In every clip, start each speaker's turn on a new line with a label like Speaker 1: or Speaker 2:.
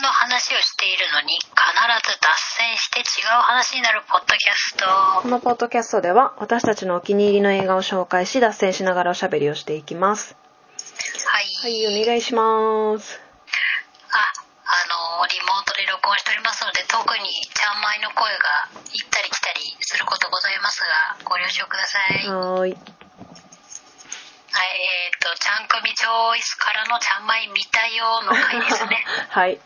Speaker 1: の話をしているのに必ず脱線して違う話になるポッドキャスト
Speaker 2: このポッドキャストでは私たちのお気に入りの映画を紹介し脱線しながらおしゃべりをしていきます
Speaker 1: はい、
Speaker 2: はいお願いします
Speaker 1: ああのリモートで録音しておりますので特にちゃんまいの声が行ったり来たりすることございますがご了承ください、はい
Speaker 2: はーい
Speaker 1: えっ、とちゃん組チョイスからのちゃんまい見たよの回ですね
Speaker 2: は
Speaker 1: は
Speaker 2: い
Speaker 1: い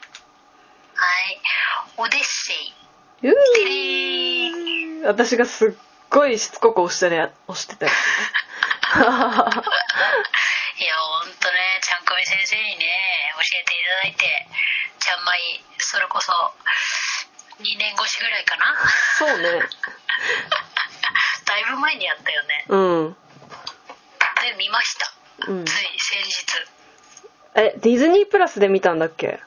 Speaker 1: オデッセイ
Speaker 2: うぃ
Speaker 1: てれー
Speaker 2: 私がすっごいしつこく押してね押し てたよ
Speaker 1: いやほんとねちゃんこみ先生にね教えていただいてちゃんまいそれこそ2年越しぐらいかな
Speaker 2: そうね
Speaker 1: だいぶ前にやったよね
Speaker 2: うん
Speaker 1: で見ました
Speaker 2: うん
Speaker 1: つい先日
Speaker 2: えディズニープラスで見たんだっけ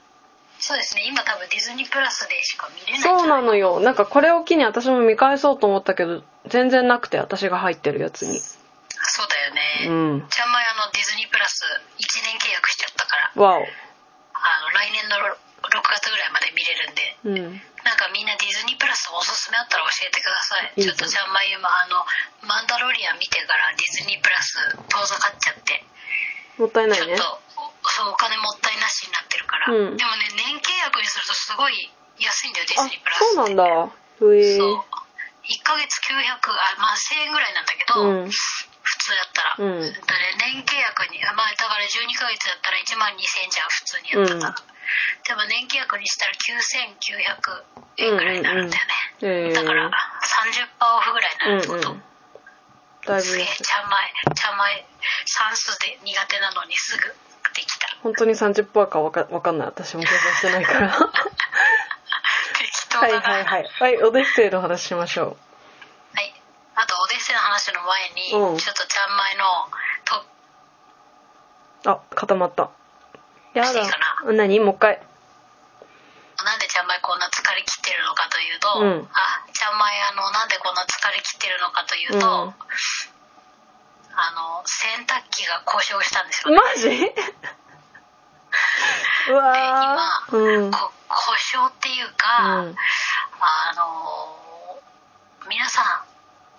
Speaker 1: そうですね今多分ディズニープラスでしか見れない
Speaker 2: そうなのよなんかこれを機に私も見返そうと思ったけど全然なくて私が入ってるやつに
Speaker 1: そうだよ
Speaker 2: う
Speaker 1: ね、
Speaker 2: ん
Speaker 1: ちゃんまいあのディズニープラス1年契約しちゃったから
Speaker 2: わ
Speaker 1: あの来年の6月ぐらいまで見れるんで
Speaker 2: おうん
Speaker 1: なんかみんなディズニープラスおすすめあったら教えてください
Speaker 2: いい
Speaker 1: ちょ
Speaker 2: ぞ
Speaker 1: っとちゃんまゆもあの「マンダロリアン」見てからディズニープラス遠ざかっちゃって
Speaker 2: もったいな
Speaker 1: ち
Speaker 2: い
Speaker 1: ょっ
Speaker 2: ね
Speaker 1: とおそうお金もったいなしになってるから、
Speaker 2: うん
Speaker 1: でもね年契約にするとすごい安いんだよディ
Speaker 2: あ
Speaker 1: ズニープラス
Speaker 2: そうな
Speaker 1: って
Speaker 2: んだうえ
Speaker 1: そう1ヶ月900あまあ1000円ぐらいなんだけど、
Speaker 2: うん
Speaker 1: 普通だったら、
Speaker 2: うん
Speaker 1: だから年契約にあまあだから12ヶ月だったら1万2000じゃん普通にやったから、
Speaker 2: うん
Speaker 1: でも年契約にしたら9900円ぐらいになるんだよね、
Speaker 2: え
Speaker 1: だから30%オフぐらいになるって
Speaker 2: うん
Speaker 1: こ
Speaker 2: うん
Speaker 1: と、
Speaker 2: だい
Speaker 1: す
Speaker 2: ぶ
Speaker 1: げえ
Speaker 2: ね
Speaker 1: ちゃんまいちゃんまい算数で苦手なのにすぐできた
Speaker 2: 本当に30パーかわかわかんない私も計算してないから は
Speaker 1: 適当だ
Speaker 2: い
Speaker 1: な
Speaker 2: はいはいはいオデッセイの話しましょ
Speaker 1: はいあとオデッセイの話の前に、
Speaker 2: うん
Speaker 1: ちょっとちゃんまいのと
Speaker 2: うあ固まったや
Speaker 1: していいか
Speaker 2: だ何もう一回
Speaker 1: なんでちゃんまいこんな疲れ切ってるのかというと、
Speaker 2: うん
Speaker 1: あちゃんまいあのなんでこんな疲れ切ってるのかというと、
Speaker 2: うん
Speaker 1: あの洗濯機が故障したんですよ、
Speaker 2: マ ジうわ
Speaker 1: 今
Speaker 2: ーうん
Speaker 1: こ故障っていうか、
Speaker 2: うん
Speaker 1: あのー皆さ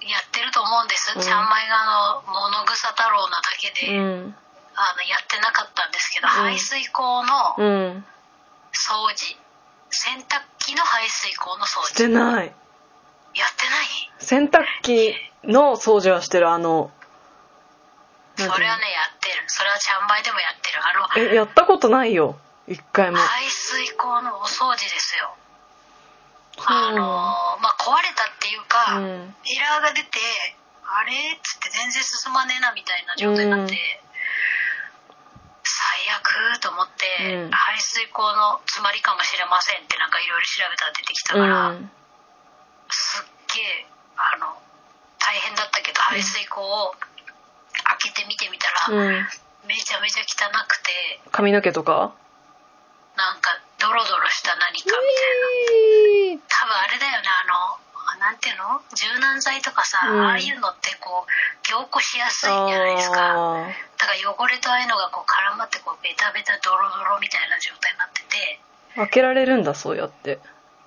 Speaker 1: んやってると思うんです、
Speaker 2: うん
Speaker 1: ちゃんまいがあの物草太郎なだけ
Speaker 2: う
Speaker 1: で、
Speaker 2: ん
Speaker 1: あのやってなかったんですけど、
Speaker 2: うん
Speaker 1: 排水口の
Speaker 2: うん
Speaker 1: 掃除洗濯機の排水口の掃
Speaker 2: し
Speaker 1: 除
Speaker 2: てない
Speaker 1: やってない
Speaker 2: 洗濯機の掃除はしてるあの
Speaker 1: それはねやってるそれはちゃんまいでもやってるあの
Speaker 2: えやったことないよ一回も
Speaker 1: 排水口のお掃除ですよあのーまあ壊れたっていうか、
Speaker 2: うん
Speaker 1: エラーが出てあれっつって全然進まねえなみたいな状態になって、
Speaker 2: うん
Speaker 1: 最悪と思って、
Speaker 2: うん
Speaker 1: 排水口の詰まりかもしれませんってなんかいろいろ調べたら出てきたから、
Speaker 2: うん
Speaker 1: すっげえあの大変だったけど排水口を開けて見てみたら、
Speaker 2: うん
Speaker 1: めちゃめちゃ汚くて
Speaker 2: 髪の毛とか
Speaker 1: なんかドロドロした何かみたいな。多分あれだよねあのなんていうの柔軟剤とかさ、
Speaker 2: うん
Speaker 1: ああいうのってこう凝固しやすいんじゃないですかだ
Speaker 2: あ
Speaker 1: から汚れとああいうのがこう絡まってこうベタベタドロドロみたいな状態になってて
Speaker 2: ー開けられるんだそうやって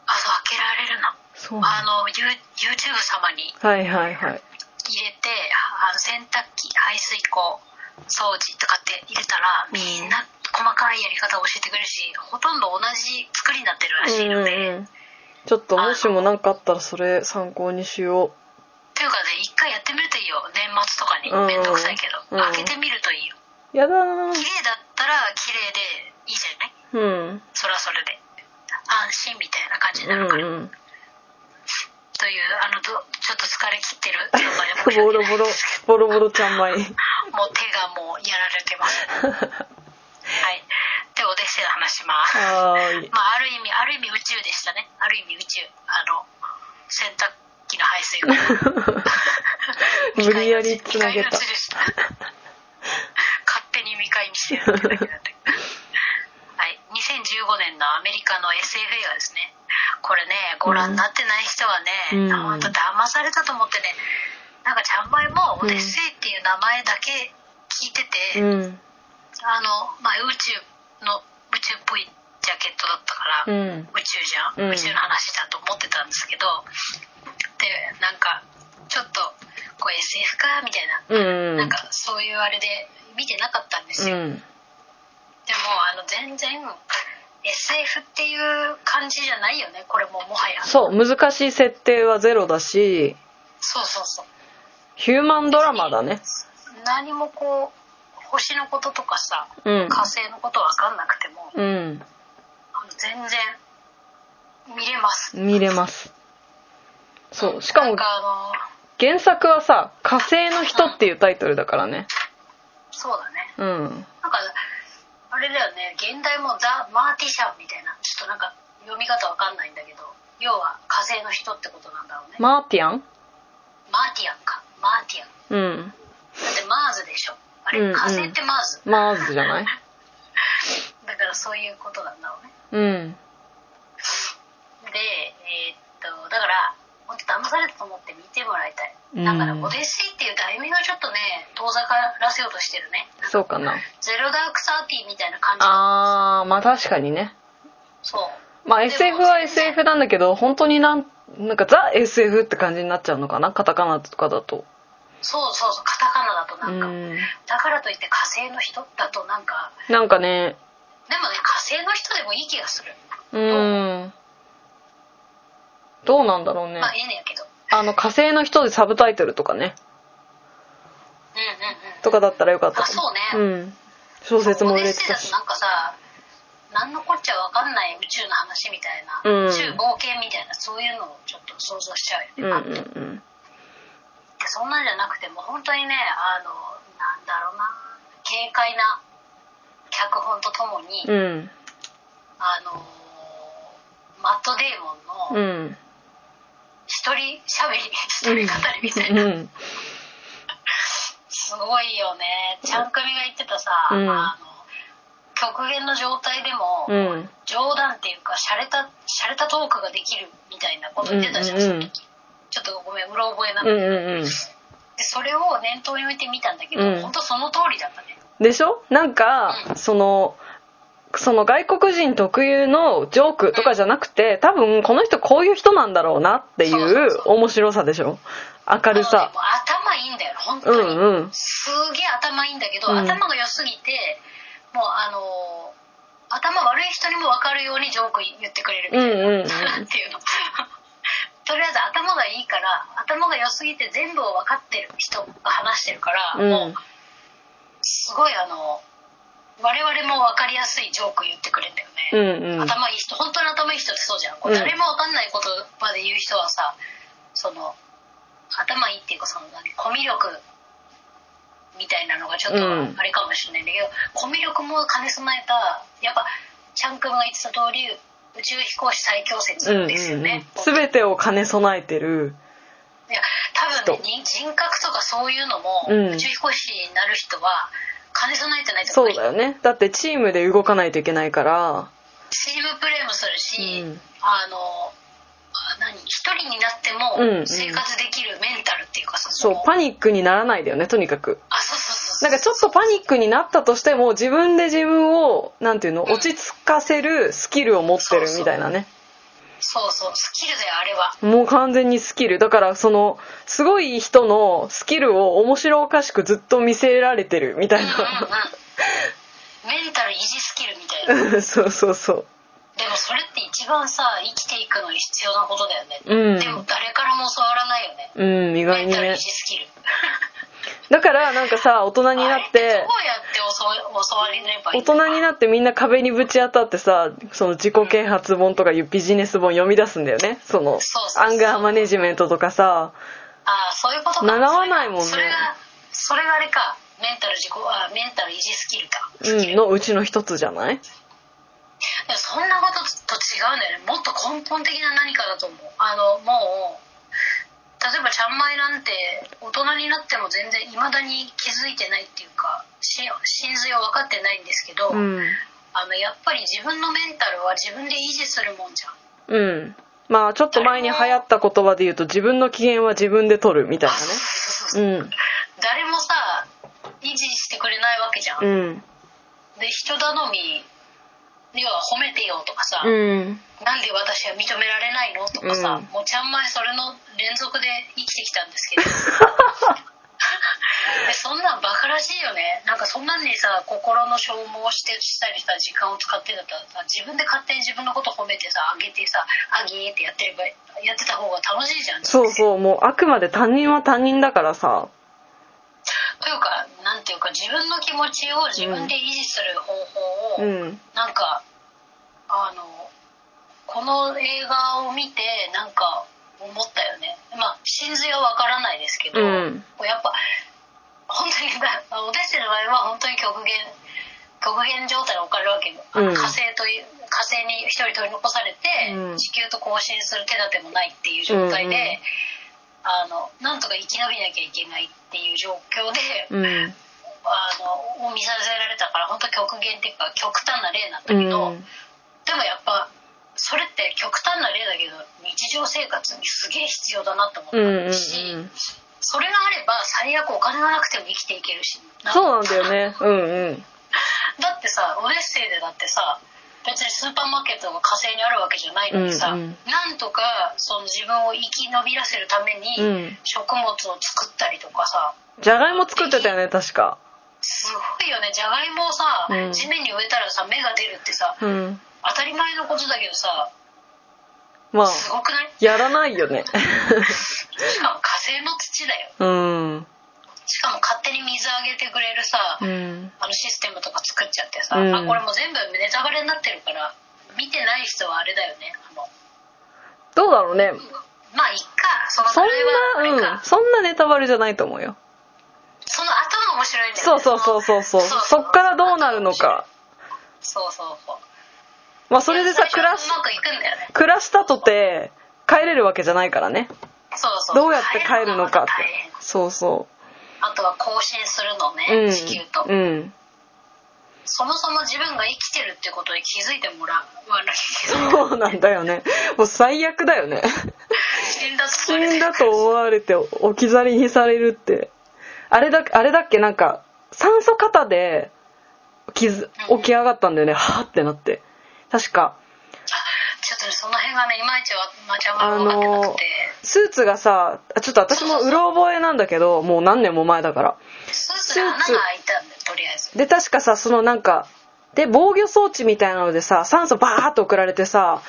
Speaker 1: あそう開けられるの
Speaker 2: そう
Speaker 1: あ
Speaker 2: な
Speaker 1: の
Speaker 2: んだ
Speaker 1: You- YouTube 様に
Speaker 2: はいはい
Speaker 1: 入
Speaker 2: はい
Speaker 1: れてあの洗濯機排水口掃除とかって入れたらみんな細かいやり方を教えてくれるしほとんど同じ作りになってるらしいので、
Speaker 2: うんうんうんちょっともしも何かあったらそれ参考にしよ
Speaker 1: っていうかね一回やってみるといいよ年末とかに
Speaker 2: うん
Speaker 1: 面倒くさいけど、
Speaker 2: うん
Speaker 1: 開けてみるといいよ
Speaker 2: うやだー
Speaker 1: 綺麗だったら綺麗でいいじゃない
Speaker 2: うん
Speaker 1: それはそれで安心みたいな感じに
Speaker 2: う
Speaker 1: なるから、
Speaker 2: んうん
Speaker 1: というあのどちょっと疲れ切ってる 状態で申し
Speaker 2: ボ
Speaker 1: 訳
Speaker 2: ロ
Speaker 1: ない
Speaker 2: ボロボロボロちゃんま
Speaker 1: も
Speaker 2: い
Speaker 1: う手がもうやられてますはいでオデッセイの話します
Speaker 2: はーい
Speaker 1: まあある意味ある意味宇宙でしたねある意味宇宙あの洗濯機の排水口
Speaker 2: 無理やりつ なげ
Speaker 1: 未
Speaker 2: た
Speaker 1: 開の地でした勝手に未開にしてるってだけなんだけどはい2015年のアメリカの SF 映画ですねこれねご覧になってない人はね、
Speaker 2: うん
Speaker 1: あ本当騙されたと思ってねなんかちゃんまいも「オデッセイ」っていう名前だけ聞いてて、
Speaker 2: うん
Speaker 1: あの、まあ、宇宙の宇宙っぽいジャケットだったから、ら
Speaker 2: う
Speaker 1: 宇
Speaker 2: ん
Speaker 1: 宙じゃん、
Speaker 2: うん
Speaker 1: 宇宙の話だと思ってたんですけどでなんかちょっとこれ SF かみたいな、
Speaker 2: うん
Speaker 1: なんかそういうあれで見てなかったんです
Speaker 2: う
Speaker 1: よ、
Speaker 2: ん
Speaker 1: でもあの全然 SF っていう感じじゃないよねこれももはや
Speaker 2: そう難しい設定はゼロだし
Speaker 1: そうそうそう
Speaker 2: ヒューマンドラマだね
Speaker 1: 何もこう星のこととかさ
Speaker 2: うん
Speaker 1: 火星のこと分かんなくても
Speaker 2: うん
Speaker 1: あの全然見れます
Speaker 2: 見れますそうしか
Speaker 1: な
Speaker 2: も
Speaker 1: んかあの
Speaker 2: 原作はさ「火星の人」っていうタイトルだからね
Speaker 1: そうだね
Speaker 2: うん
Speaker 1: なんかあれだよね現代もザ・マーティシャンみたいなちょっとなんか読み方分かんないんだけど要は火星の人ってことなんだろうね、
Speaker 2: マーティアン
Speaker 1: マーティアンかマーティアン
Speaker 2: うん
Speaker 1: だってマーズでしょあれ、
Speaker 2: うんうん
Speaker 1: 火星ってマーズ
Speaker 2: マーズじゃない
Speaker 1: だからそういうことなんだろうね
Speaker 2: うん
Speaker 1: でえーっとだから本当騙されたと思って見てもらいたい
Speaker 2: うん
Speaker 1: だから「オデッセイ」っていう題名がちょっとね遠ざからせようとしてるね
Speaker 2: そうかな
Speaker 1: ゼロダークサーティーみたいな感じ
Speaker 2: あーまあ確かにね
Speaker 1: そう
Speaker 2: まあ
Speaker 1: でも
Speaker 2: SF は SF なんだけど本当になんなんかザ SF って感じになっちゃうのかなカタカナとかだと
Speaker 1: そうそうそうカタカナだと
Speaker 2: う
Speaker 1: なんか、
Speaker 2: ん
Speaker 1: だからといって火星の人だとなんか
Speaker 2: なんかね
Speaker 1: でもね火星の人でもいい気がする、
Speaker 2: うんどうなんだろうね
Speaker 1: まあええねんやけど
Speaker 2: あの火星の人でサブタイトルとかね
Speaker 1: うんうんうん
Speaker 2: とかだったらよかった
Speaker 1: あそうね
Speaker 2: うん小説も売れて
Speaker 1: オデッ
Speaker 2: た
Speaker 1: セイ
Speaker 2: し
Speaker 1: だとなんかさ何のこっちゃ分かんない宇宙の話みたいな、
Speaker 2: うん
Speaker 1: 宇宙冒険みたいなそういうのをちょっと想像しちゃう
Speaker 2: う
Speaker 1: よ
Speaker 2: ん
Speaker 1: ね、パ
Speaker 2: うん
Speaker 1: ッと
Speaker 2: うん
Speaker 1: でそんなんじゃなくてもう本当にねあのなんだろうな軽快な脚本とともに、
Speaker 2: うん
Speaker 1: あのマット・デーモン
Speaker 2: う
Speaker 1: の
Speaker 2: ん
Speaker 1: 一人しゃべり、一人語りみたいな、
Speaker 2: うん
Speaker 1: すごいよねちゃんくみが言ってたさ、
Speaker 2: うん
Speaker 1: あの極限の状態でも、
Speaker 2: うん
Speaker 1: 冗談っていうか洒落た洒落たトークができるみたいなこと言ってたじゃん、
Speaker 2: うん
Speaker 1: そ
Speaker 2: うんうん
Speaker 1: の時ちょっとごめんうろ覚えなん
Speaker 2: う
Speaker 1: だけ
Speaker 2: ん
Speaker 1: ど、
Speaker 2: うんうん
Speaker 1: でそれを念頭に置いてみたんだけど、
Speaker 2: うん
Speaker 1: 本当その通りだったね
Speaker 2: でしょなんかそのその外国人特有のジョークとかじゃなくて多分この人こういう人なんだろうなってい
Speaker 1: そうそう
Speaker 2: う面白さでしょ明
Speaker 1: な
Speaker 2: る
Speaker 1: の
Speaker 2: さ
Speaker 1: でもう頭いいんだよ本
Speaker 2: う
Speaker 1: 当に、
Speaker 2: んうん
Speaker 1: すげえ頭いいんだけど、
Speaker 2: うん
Speaker 1: 頭が良すぎてもうあのー頭悪い人にも分かるようにジョーク言ってくれるみたいな、
Speaker 2: うんうんうん
Speaker 1: なんていうの とりあえず頭がいいから頭が良すぎて全部を分かってる人が話してるから、
Speaker 2: うん
Speaker 1: もうすごいあの我々も分かりやすいジョーク言ってくれるんだよ
Speaker 2: う
Speaker 1: ね、
Speaker 2: んうん
Speaker 1: 頭いい人本当に頭いい人ってそうじゃん、こう
Speaker 2: うん
Speaker 1: 誰も分かんない言葉で言う人はさその頭いいっていうかその何コミュ力みたいなのがちょっと
Speaker 2: うん
Speaker 1: あれかもしれないんだけど、コミュ力も兼ね備えたやっぱちゃんくんが言ってた通り宇宙飛行士最強説
Speaker 2: うんうん
Speaker 1: ですよね、
Speaker 2: うん全てを兼ね備えてる
Speaker 1: いや多分ね人人格とかそういうのも、
Speaker 2: うん
Speaker 1: 宇宙飛行士になる人は兼ね備えてないと
Speaker 2: そ
Speaker 1: 思
Speaker 2: うだよねだってチームで動かないといけないから
Speaker 1: チームプレーもするし、
Speaker 2: うん
Speaker 1: あのあ何一人になって
Speaker 2: うんう
Speaker 1: も
Speaker 2: ん
Speaker 1: 生活できるメンタルっていうかさ、
Speaker 2: そう
Speaker 1: の
Speaker 2: パニックにならないだよねとにかく
Speaker 1: あそうそうそう
Speaker 2: なんかちょっとパニックになったとしても自分で自分をなんていうの
Speaker 1: うん
Speaker 2: 落ち着かせるスキルを持ってるみたいなね
Speaker 1: そうそうスキルだよあれは
Speaker 2: もう完全にスキルだからそのすごい人のスキルを面白おかしくずっと見せられてるみたい
Speaker 1: うんうんメンタル維持スキルみたいな
Speaker 2: な そうそうそう
Speaker 1: でもそれって一番さ生きていくのに必要なことだよね、
Speaker 2: うん
Speaker 1: でも誰からも教わらないよね
Speaker 2: うん
Speaker 1: メ
Speaker 2: 意外
Speaker 1: ン
Speaker 2: に
Speaker 1: タル維
Speaker 2: ね
Speaker 1: 持スキル
Speaker 2: だからなんかさ大人にな っ
Speaker 1: あれ
Speaker 2: て
Speaker 1: どうやって教わ教われればいい
Speaker 2: 大人になってみんな壁にぶち当たってさその自己啓発本とかいうビジネス本読み出すんだよねその
Speaker 1: そうそう
Speaker 2: アンガーマネジメントとかさ
Speaker 1: ああそういうことか
Speaker 2: 習わないもんね
Speaker 1: それがそれがそれがあれかメンタル自己あメンタル維持スキルか
Speaker 2: う
Speaker 1: スキ
Speaker 2: ん
Speaker 1: ル、
Speaker 2: のうちの一つじゃない
Speaker 1: でもそんなことと違うんだよねもっと根本的な何かだと思うあのもう例えばちゃんまいなんて大人になっても全然いまだに気づいてないっていうかし真髄を分かってないんですけど、
Speaker 2: うん
Speaker 1: あのやっぱり自分のメンタルは自分で維持するもんじ ゃん
Speaker 2: うんまあちょっと前に流行った言葉で言うと自分の機嫌は自分で取るみたいなね
Speaker 1: 誰もさ維持してくれないわけじゃん、
Speaker 2: うんうん
Speaker 1: で人頼み要は褒めてよとかさ、
Speaker 2: うん
Speaker 1: なんで私は認められないのとかさ、
Speaker 2: うん
Speaker 1: もうちゃんまいそれの連続で生きてきたん ですけどでそんなんバカらしいよねなんかそんなんにさ心の消耗してしたりさ時間を使ってんだったらさ自分で勝手に自分のこと褒めてさあげてさあげーってやってればやってた方が楽しいじゃん
Speaker 2: そうそうもうあくまで他人は他人だからさ
Speaker 1: というかなんていうか自分の気持ちを自分で維持する方法を、
Speaker 2: うん
Speaker 1: なんかあのこの映画を見てなんか思ったよねまあ真髄はわからないですけど、
Speaker 2: うん
Speaker 1: こうやっぱ本当にまあ私たちの場合は本当に極限極限状態に置かれるわけよ、あの
Speaker 2: うん
Speaker 1: 火星という火星に一人取り残されて、
Speaker 2: うん
Speaker 1: 地球と交信する手立てもないっていう状態で、
Speaker 2: うんうん
Speaker 1: あのなんとか生き延びなきゃいけないっていう状況で、
Speaker 2: うん
Speaker 1: あのを見させられたから本当極限っていうか極端な例なんだ
Speaker 2: う
Speaker 1: け
Speaker 2: ん
Speaker 1: ど、でもやっぱそれって極端な例だけど日常生活にすげえ必要だなと思った
Speaker 2: うんうんうん
Speaker 1: し、それがあれば最悪お金がなくても生きていけるしな
Speaker 2: そうなんだよねうんうん
Speaker 1: だってさオデッセイでだってさ別にスーパーマーケットが火星にあるわけじゃないのにさ、
Speaker 2: うんうん
Speaker 1: なんとかその自分を生き延びらせるため
Speaker 2: う
Speaker 1: に
Speaker 2: ん
Speaker 1: 食物を作ったりとかさ、
Speaker 2: じゃがいも作ってたよね確か
Speaker 1: すごいよねじゃがいもをさ、
Speaker 2: うん
Speaker 1: 地面に植えたらさ芽が出るってさ
Speaker 2: うん
Speaker 1: 当たり前のことだけどさ
Speaker 2: まあ
Speaker 1: すごくない
Speaker 2: やらないよね
Speaker 1: しかも火星の土だよ
Speaker 2: うん
Speaker 1: しかも勝手に水あげてくれるさ、
Speaker 2: うん
Speaker 1: あのシステムとか作っちゃってさ、
Speaker 2: うん
Speaker 1: あこれもう全部ネタバレになってるから見てない人はあれだよねあの
Speaker 2: どうだろうね
Speaker 1: まあいっかその
Speaker 2: そん
Speaker 1: それはあれ
Speaker 2: な、う
Speaker 1: か
Speaker 2: ん、そんなネタバレじゃないと思うよ
Speaker 1: その後が面白いんだよ
Speaker 2: そう
Speaker 1: ね
Speaker 2: そうそうそうそうそっからどうなるのか
Speaker 1: そうそうそう
Speaker 2: まあそれでさ暮らし
Speaker 1: 最初はうまくいくんだよね
Speaker 2: 暮らしたとて帰れるわけじゃないからね
Speaker 1: そうそう
Speaker 2: どうやって帰るのか
Speaker 1: 帰るのが
Speaker 2: って
Speaker 1: 大変
Speaker 2: そうそ
Speaker 1: あとは更新するの
Speaker 2: う、
Speaker 1: ね、
Speaker 2: うん、
Speaker 1: 地球と、
Speaker 2: うん
Speaker 1: そもそも自分が生きてるってことに気づいてもらわない
Speaker 2: そうなんだよねもう最悪だよ ね
Speaker 1: 死んだつ
Speaker 2: 死
Speaker 1: もりで
Speaker 2: んだと思われて置き去りにされるってあれだあれだっけなんか酸素型で起ず起き上がったんだよねはーってなって確か
Speaker 1: ちょっとねその辺がねいまいちはまあちゃんが分かってなくて、
Speaker 2: スーツがさあちょっと私もうろ覚えなんだけどもう何年も前だから
Speaker 1: スーツに穴が開いたんでとりあえず
Speaker 2: で確かさそのなんかで防御装置みたいなのでさ酸素バーッと送られてさ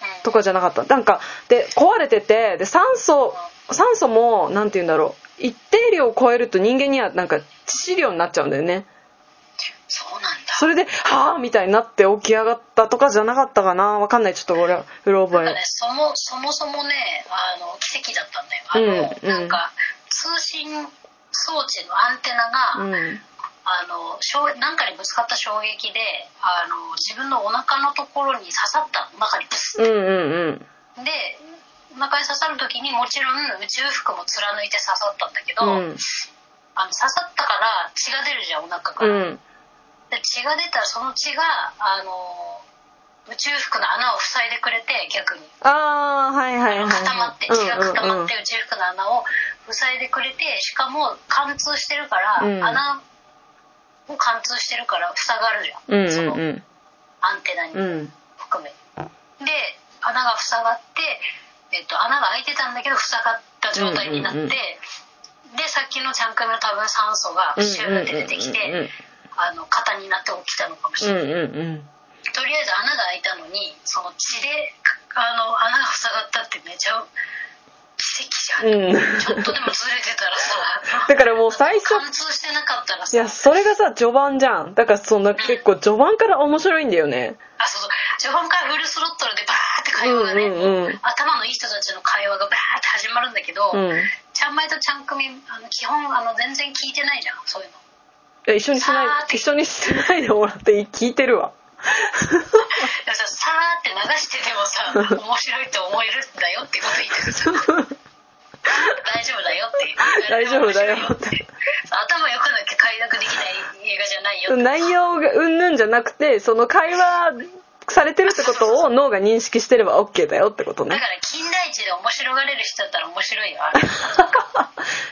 Speaker 1: うん
Speaker 2: とかじゃなかったなんかで壊れててで酸素酸素もなんて言うんだろう一定量を超えると人間にはなんか致死量になっちゃうんだよね
Speaker 1: そうなんだ
Speaker 2: それで「はあ」みたいになって起き上がったとかじゃなかったかなわかんないちょっと俺はうろ覚
Speaker 1: なんかね
Speaker 2: え
Speaker 1: そもそもそもねあの奇跡だったんだよあの、
Speaker 2: うん
Speaker 1: なんか通信装置のアンテナ
Speaker 2: う
Speaker 1: が、
Speaker 2: ん
Speaker 1: あの衝なんかにぶつかった衝撃であの自分のお腹のところに刺さったの中にブスッ
Speaker 2: うんうん
Speaker 1: でお腹に刺さる時にもちろん宇宙服も貫いて刺さったんだけ
Speaker 2: う
Speaker 1: ど、
Speaker 2: んうん
Speaker 1: あの刺さったから血が出るじゃんお腹か
Speaker 2: う
Speaker 1: ら、
Speaker 2: ん
Speaker 1: で血が出たらその血があの宇宙服の穴を塞いでくれて逆に
Speaker 2: ああはいはいはい
Speaker 1: 固まって血が固まっ
Speaker 2: うんうんうん
Speaker 1: て宇宙服の穴を塞いでくれてしかも貫通してるから、
Speaker 2: うん
Speaker 1: 穴を貫通してるから塞がるじゃん、
Speaker 2: うん
Speaker 1: その
Speaker 2: うん
Speaker 1: アンテナに
Speaker 2: うんうん
Speaker 1: 含めで穴が塞がって、えっと、穴が開いてたんだけど塞がった状態になって、
Speaker 2: うんうんうん
Speaker 1: でさっきのちゃんくんの多分酸素がシューって出てきて、あの肩になって起きたのかもし
Speaker 2: うん
Speaker 1: れな
Speaker 2: う
Speaker 1: い、
Speaker 2: んうん
Speaker 1: とりあえず穴が開いたのにその血であの穴が塞がったってめちゃ奇跡じゃん、
Speaker 2: うん
Speaker 1: ちょっとでもずれてたらさ
Speaker 2: だからもう最初
Speaker 1: 貫通してなかったら
Speaker 2: い
Speaker 1: さ
Speaker 2: やそれがさ序盤じゃんだからそんな結構序盤から面白いんだよね
Speaker 1: あそうそう序盤からフルスロットルでバーって
Speaker 2: う
Speaker 1: 会
Speaker 2: ん
Speaker 1: 話
Speaker 2: う
Speaker 1: がね、
Speaker 2: んうん
Speaker 1: 頭のいい人たちの会話がバーって始まるんだけど、
Speaker 2: うん
Speaker 1: ちゃんまいとちゃん組あの基本あの全然聞いてないじゃんそういう の
Speaker 2: え一緒にしない
Speaker 1: さーって
Speaker 2: 一緒にしないでもらっていい聞いてるわ
Speaker 1: だからささーって流してでもさ面白いと思えるんだよってこと言ってる 大丈夫だよって
Speaker 2: 大丈夫だよって
Speaker 1: 誰でも面白いよ 頭良くなきゃ快諾できない映画じゃないよって
Speaker 2: 内容がうんぬんじゃなくてその会話されてるってことを脳が認識してれば OK だよってこと
Speaker 1: だ
Speaker 2: ね
Speaker 1: から金田一で面白がれる人だったら面白いよ あれ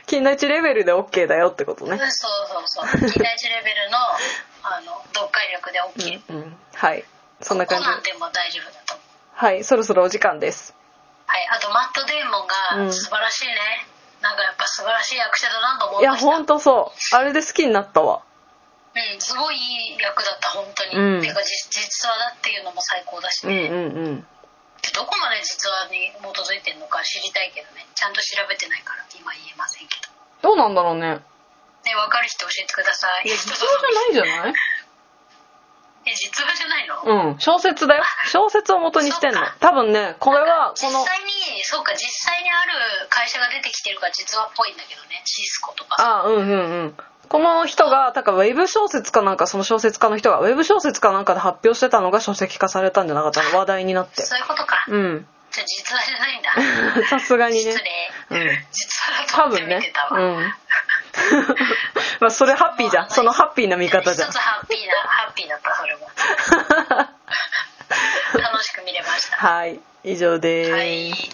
Speaker 2: 金田一レベルで OK だよってこと
Speaker 1: うん
Speaker 2: ね
Speaker 1: そうそうそう金田一レベルのあの読解力で OK、
Speaker 2: うんはいそんな感じ
Speaker 1: コナンでも大丈夫だと思う
Speaker 2: はいそろそろお時間です
Speaker 1: はいあとマット・デーモン
Speaker 2: うん
Speaker 1: が素晴らしいね、なんかやっぱ素晴らしい役者だなと思
Speaker 2: い
Speaker 1: い
Speaker 2: や
Speaker 1: ました
Speaker 2: ほんとそうあれで好きになったわ
Speaker 1: うんすごいいい役だった本当に、
Speaker 2: うん
Speaker 1: ていうか実実話だっていうのも最高だし
Speaker 2: うんう
Speaker 1: ね、
Speaker 2: んうん
Speaker 1: どこまで実話に基づいてるのか知りたいけどねちゃんと調べてないから今言えませんけど
Speaker 2: どうなんだろうね
Speaker 1: ね分かる人教えてください
Speaker 2: いや実話じ
Speaker 1: い
Speaker 2: ゃないんじ
Speaker 1: え実話じゃないの、
Speaker 2: ゃないうん小説だよ小説を元にしてんの
Speaker 1: そっか
Speaker 2: 多分ねこれはこ
Speaker 1: 実
Speaker 2: の
Speaker 1: 際にそうか実際にある会社が出てきてるから実話っぽいんだけどねシスコとか
Speaker 2: あうんうんうんこの人がだからウェブ小説かなんかその小説家の人がウェブ小説かなんかで発表してたのが書籍化されたんじゃなかったの話題になって
Speaker 1: そういうことか、
Speaker 2: うん
Speaker 1: じゃあ実話じゃないんだ
Speaker 2: さすがにね
Speaker 1: 失礼、
Speaker 2: うん
Speaker 1: 実話だ
Speaker 2: 多
Speaker 1: と思って
Speaker 2: 分
Speaker 1: 見
Speaker 2: ね
Speaker 1: てた
Speaker 2: う
Speaker 1: わ、
Speaker 2: ん まあそれハッピーじゃんそのハッピーな見方じゃん
Speaker 1: 一つハッピーなハッピーだったそれも 楽しく見れました
Speaker 2: はい以上です、
Speaker 1: はい